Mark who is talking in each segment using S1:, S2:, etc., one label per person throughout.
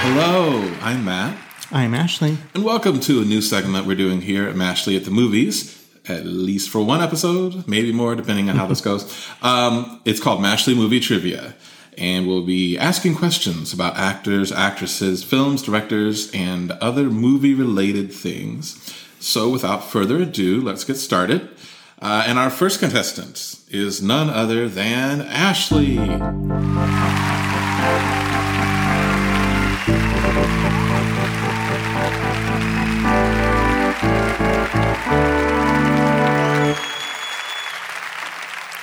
S1: Hello, I'm Matt,
S2: I'm Ashley.
S1: and welcome to a new segment we're doing here at Mashley at the Movies, at least for one episode, maybe more, depending on how this goes. Um, it's called Mashley Movie Trivia, and we'll be asking questions about actors, actresses, films, directors, and other movie related things. So, without further ado, let's get started. Uh, and our first contestant is none other than Ashley.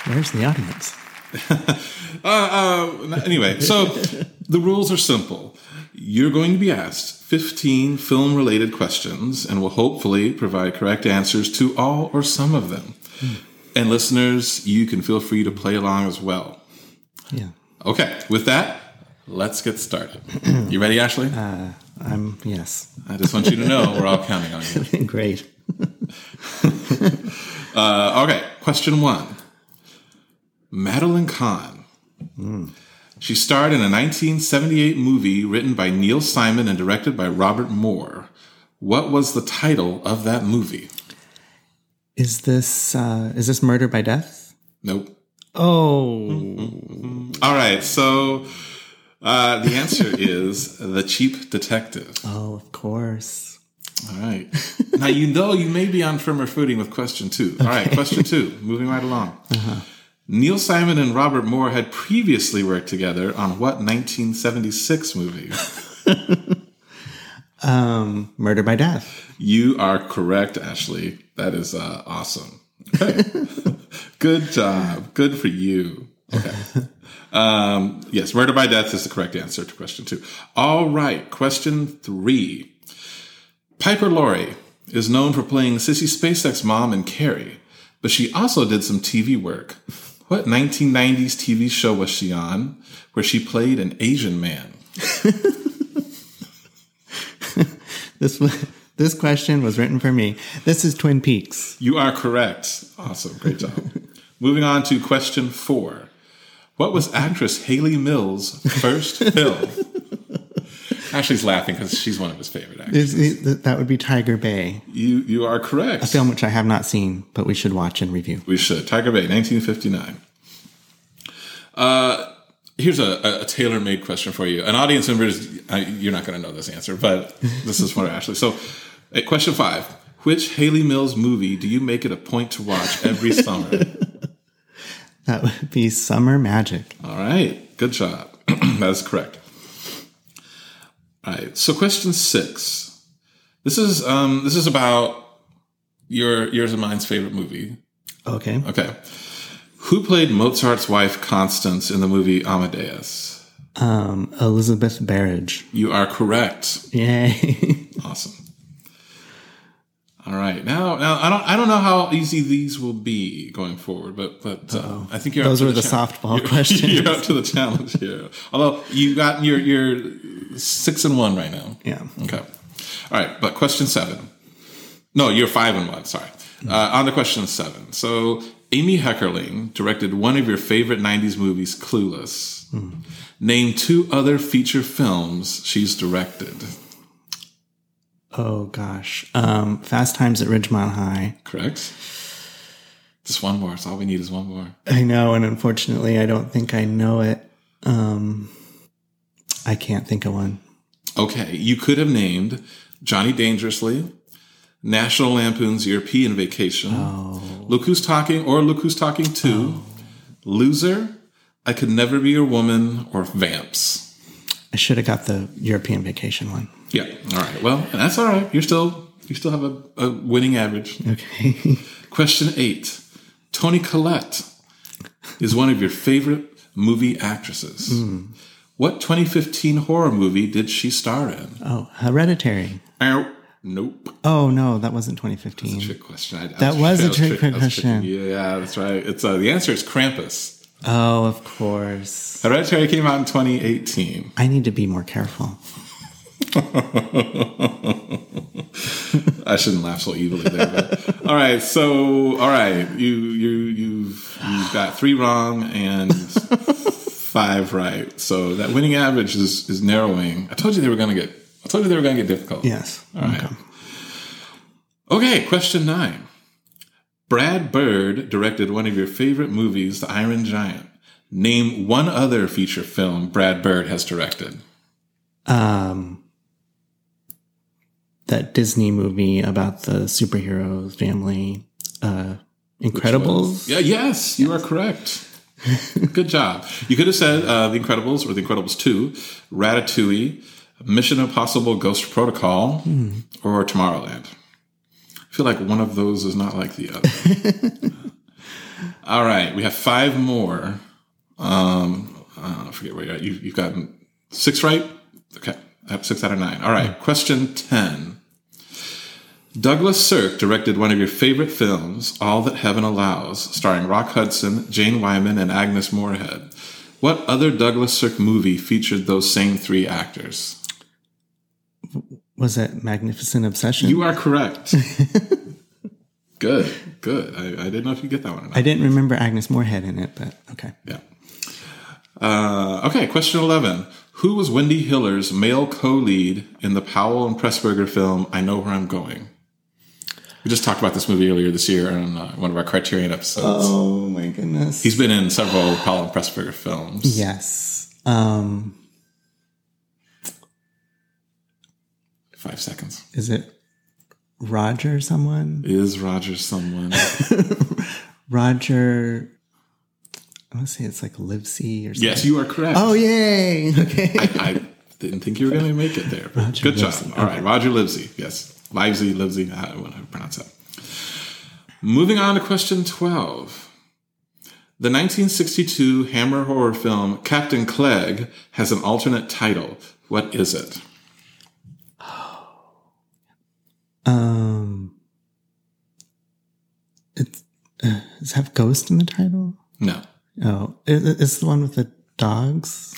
S2: Where's the audience?
S1: Uh, uh, anyway, so the rules are simple. You're going to be asked 15 film related questions and will hopefully provide correct answers to all or some of them. And listeners, you can feel free to play along as well.
S2: Yeah,
S1: Okay, with that, let's get started. You ready, Ashley?
S2: I'm. Yes,
S1: I just want you to know we're all counting on you.
S2: great.
S1: Uh, okay, question one Madeline Kahn. She starred in a 1978 movie written by Neil Simon and directed by Robert Moore. What was the title of that movie?
S2: Is this uh, is this murder by death?
S1: Nope.
S2: Oh,
S1: All right, so uh, the answer is The Cheap Detective.
S2: oh, of course.
S1: All right. Now, you know you may be on firmer footing with question two. All right, question two, moving right along. Neil Simon and Robert Moore had previously worked together on what 1976 movie?
S2: Um, murder by death.
S1: You are correct, Ashley. That is uh, awesome. Okay. Good job. Good for you. Okay. Um, yes, murder by death is the correct answer to question two. All right, question three. Piper Laurie is known for playing Sissy SpaceX mom in Carrie, but she also did some TV work. What 1990s TV show was she on where she played an Asian man?
S2: This was- this question was written for me. This is Twin Peaks.
S1: You are correct. Awesome. Great job. Moving on to question four. What was actress Haley Mills' first film? Ashley's laughing because she's one of his favorite actors.
S2: Is, is, that would be Tiger Bay,
S1: You, you are correct.
S2: film which I have not seen, but we should watch and review.
S1: We should. Tiger Bay, 1959. Uh, here's a, a, a tailor made question for you. An audience member is, I, you're not going to know this answer, but this is for Ashley. So, uh, question five Which Haley Mills movie do you make it a point to watch every summer?
S2: That would be Summer Magic.
S1: All right. Good job. That's correct. All right. So question six. This is um this is about your yours and mine's favorite movie.
S2: Okay,
S1: Okay. Who played Mozart's wife Constance in the movie Amadeus?
S2: um, Elizabeth Barrage.
S1: You are correct.
S2: Yay!
S1: Awesome. All right. Now now I don't I don't know how easy these will be going forward, but but uh, I think you're up
S2: Those
S1: to
S2: were the
S1: challenge.
S2: softball questions.
S1: You're up to the challenge here. Although you got your your six and one right now.
S2: Yeah.
S1: Okay. All right, but question seven. No, you're five and one. Sorry.
S2: Mm-hmm.
S1: Uh, on to question seven. So Amy Heckerling directed one of your favorite '90s movies, Clueless.
S2: Mm-hmm.
S1: Name two other feature films she's directed.
S2: Oh gosh. Um, Fast Times at Ridgemont High.
S1: Correct. Just one more. It's all we need is one more.
S2: I know, and unfortunately, I don't think I know it. Um, I can't think of one.
S1: Okay, you could have named Johnny Dangerously, National Lampoon's European Vacation, Look Who's Talking, or Look Who's Talking Two, Loser, I Could Never Be Your Woman, or Vamps.
S2: I should have got the European vacation one.
S1: Yeah. All right. Well, that's all right. You're still you still have a, a winning average.
S2: Okay.
S1: Question eight: Tony Collette is one of your favorite movie actresses. What 2015 horror movie did she star in?
S2: oh, Hereditary.
S1: Ow. Nope.
S2: Oh no, that wasn't 2015.
S1: trick question. I, I
S2: That was a
S1: I
S2: trick
S1: trick- I was
S2: question.
S1: tricking- yeah, that's right. It's uh, the answer is Krampus.
S2: Oh, of course.
S1: Hereditary came out in 2018.
S2: I need to be more careful.
S1: I shouldn't laugh so evilly there. But. all right, so all right, you you you've you've got three wrong and five right. So that winning average is is narrowing. I told you they were going to get. I told you they were going to get difficult.
S2: Yes.
S1: All right. Okay, question nine. Brad Bird directed one of your favorite movies, The Iron Giant. Name one other feature film Brad Bird has directed.
S2: Um, that Disney movie about the superheroes family, uh, Incredibles.
S1: Yeah, yes, you are correct. Good job. You could have said uh, The Incredibles or The Incredibles 2, Ratatouille, Mission Impossible Ghost Protocol, or Tomorrowland. I feel like one of those is not like the other. All right, we have five more. Um, uh, I forget where you're at. You, you've gotten six right? Okay, I have six out of nine. All right, question 10. Douglas Sirk directed one of your favorite films, All That Heaven Allows, starring Rock Hudson, Jane Wyman, and Agnes Moorehead. What other Douglas Sirk movie featured those same three actors?
S2: Was it Magnificent Obsession?
S1: You are correct. good, good. I, I didn't know if you get that one or not.
S2: I didn't remember Agnes Moorehead in it, but okay.
S1: Yeah. Uh, okay, question 11. Who was Wendy Hiller's male co lead in the Powell and Pressburger film, I Know Where I'm Going? We just talked about this movie earlier this year on uh, one of our Criterion episodes.
S2: Oh my goodness.
S1: He's been in several Powell and Pressburger films.
S2: yes. Um,
S1: Five seconds.
S2: is it Roger someone?
S1: Is Roger someone?
S2: Roger. I want to say it's like Livesey or something.
S1: yes, you are correct.
S2: Oh, yay. Okay.
S1: I didn't think you were going to make it there. but
S2: Roger
S1: Good
S2: Livesey.
S1: job. All right, Roger Livesey. Yes, Livesey, Livesey. I don't know how to pronounce that. Moving on to question twelve. The 1962 Hammer horror film Captain Clegg has an alternate title. What is it?
S2: Um, it's, uh, does it have Ghost in the title?
S1: No.
S2: Oh, it, it's the one with the dogs?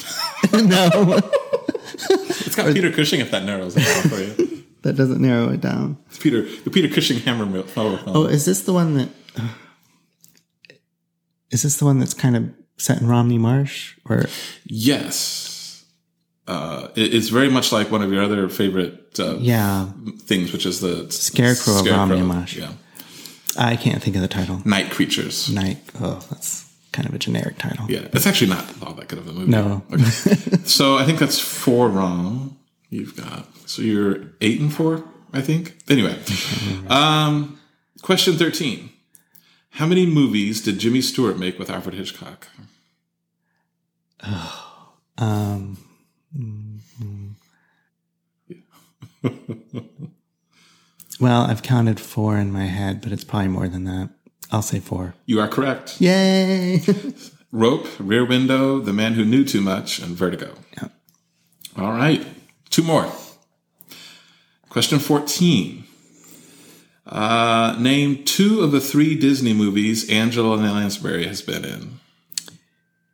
S2: no,
S1: It's got Peter Cushing if that narrows it down for you.
S2: that doesn't narrow it down.
S1: It's Peter, the Peter Cushing Hammer mil- horror film.
S2: Oh, is this the one that? uh, Is this the one that's kind of set in Romney Marsh? Or
S1: Yes. Uh, it- it's very much like one of your other favorite uh,
S2: yeah,
S1: things, which is the
S2: Scarecrow of Romney Marsh.
S1: Yeah.
S2: I can't think of the title.
S1: night creatures.
S2: Night. Oh, that's kind of a generic title.
S1: Yeah, that's actually not all that good of a movie.
S2: No.
S1: So I think that's four wrong. You've got so you're eight and four, I think. Anyway, um, question thirteen: How many movies did Jimmy Stewart make with Alfred Hitchcock?
S2: Um. well, I've counted four in my head, but it's probably more than that. I'll say four.
S1: You are correct.
S2: Yay!
S1: Rope, Rear Window, The Man Who Knew Too Much, and Vertigo.
S2: Yep.
S1: All right, two more. Question 14. Uh, name two of the three Disney movies Angela Lansbury has been in.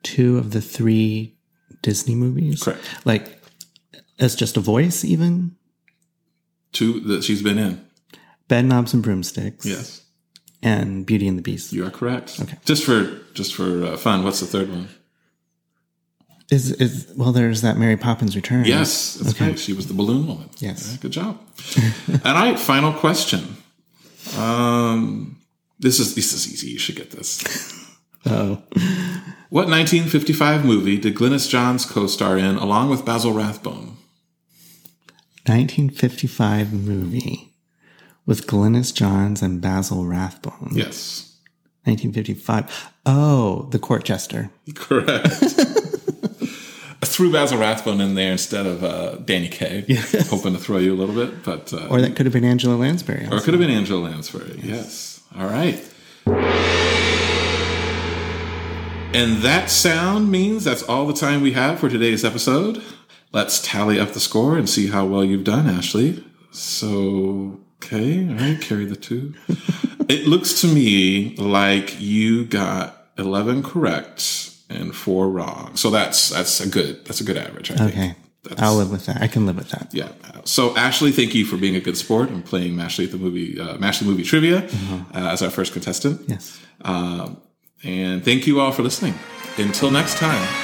S2: Two of the three Disney movies.
S1: Correct.
S2: Like, as just a voice, even
S1: Two that she's been in.
S2: Bed Knobs and Broomsticks.
S1: Yes,
S2: And Beauty and the Beast.
S1: you are correct.
S2: Okay.
S1: Just for just for uh, fun, what's the third one?
S2: Is is well? There's that Mary Poppins Return.
S1: Yes, that's right. She was the balloon woman.
S2: Yes.
S1: Yeah, good job. All right, final question. Um, this is this is easy. You should get this.
S2: Oh.
S1: What 1955 movie did Glynis Johns co-star in along with Basil Rathbone?
S2: 1955 movie with Glynis Johns and Basil Rathbone.
S1: Yes,
S2: 1955. Oh, The Court Jester.
S1: correct. I threw Basil Rathbone in there instead of uh, Danny Kaye, hoping to throw you a little bit, but uh,
S2: Or that could have been Angela Lansbury.
S1: or it could have been Angela Lansbury. Yes. All right. And that sound means that's all the time we have for today's episode. Let's tally up the score and see how well you've done, Ashley. So, okay, all right, carry the two. it looks to me like you got 11 correct and 4 wrong. So that's that's a good that's a good average, I think.
S2: Okay. I'll live with that. I can live with that.
S1: Yeah. So Ashley, thank you for being a good sport and playing Mashley at the movie uh, Mash the movie trivia uh, as our first contestant.
S2: Yes.
S1: Um, and thank you all for listening. Until next time.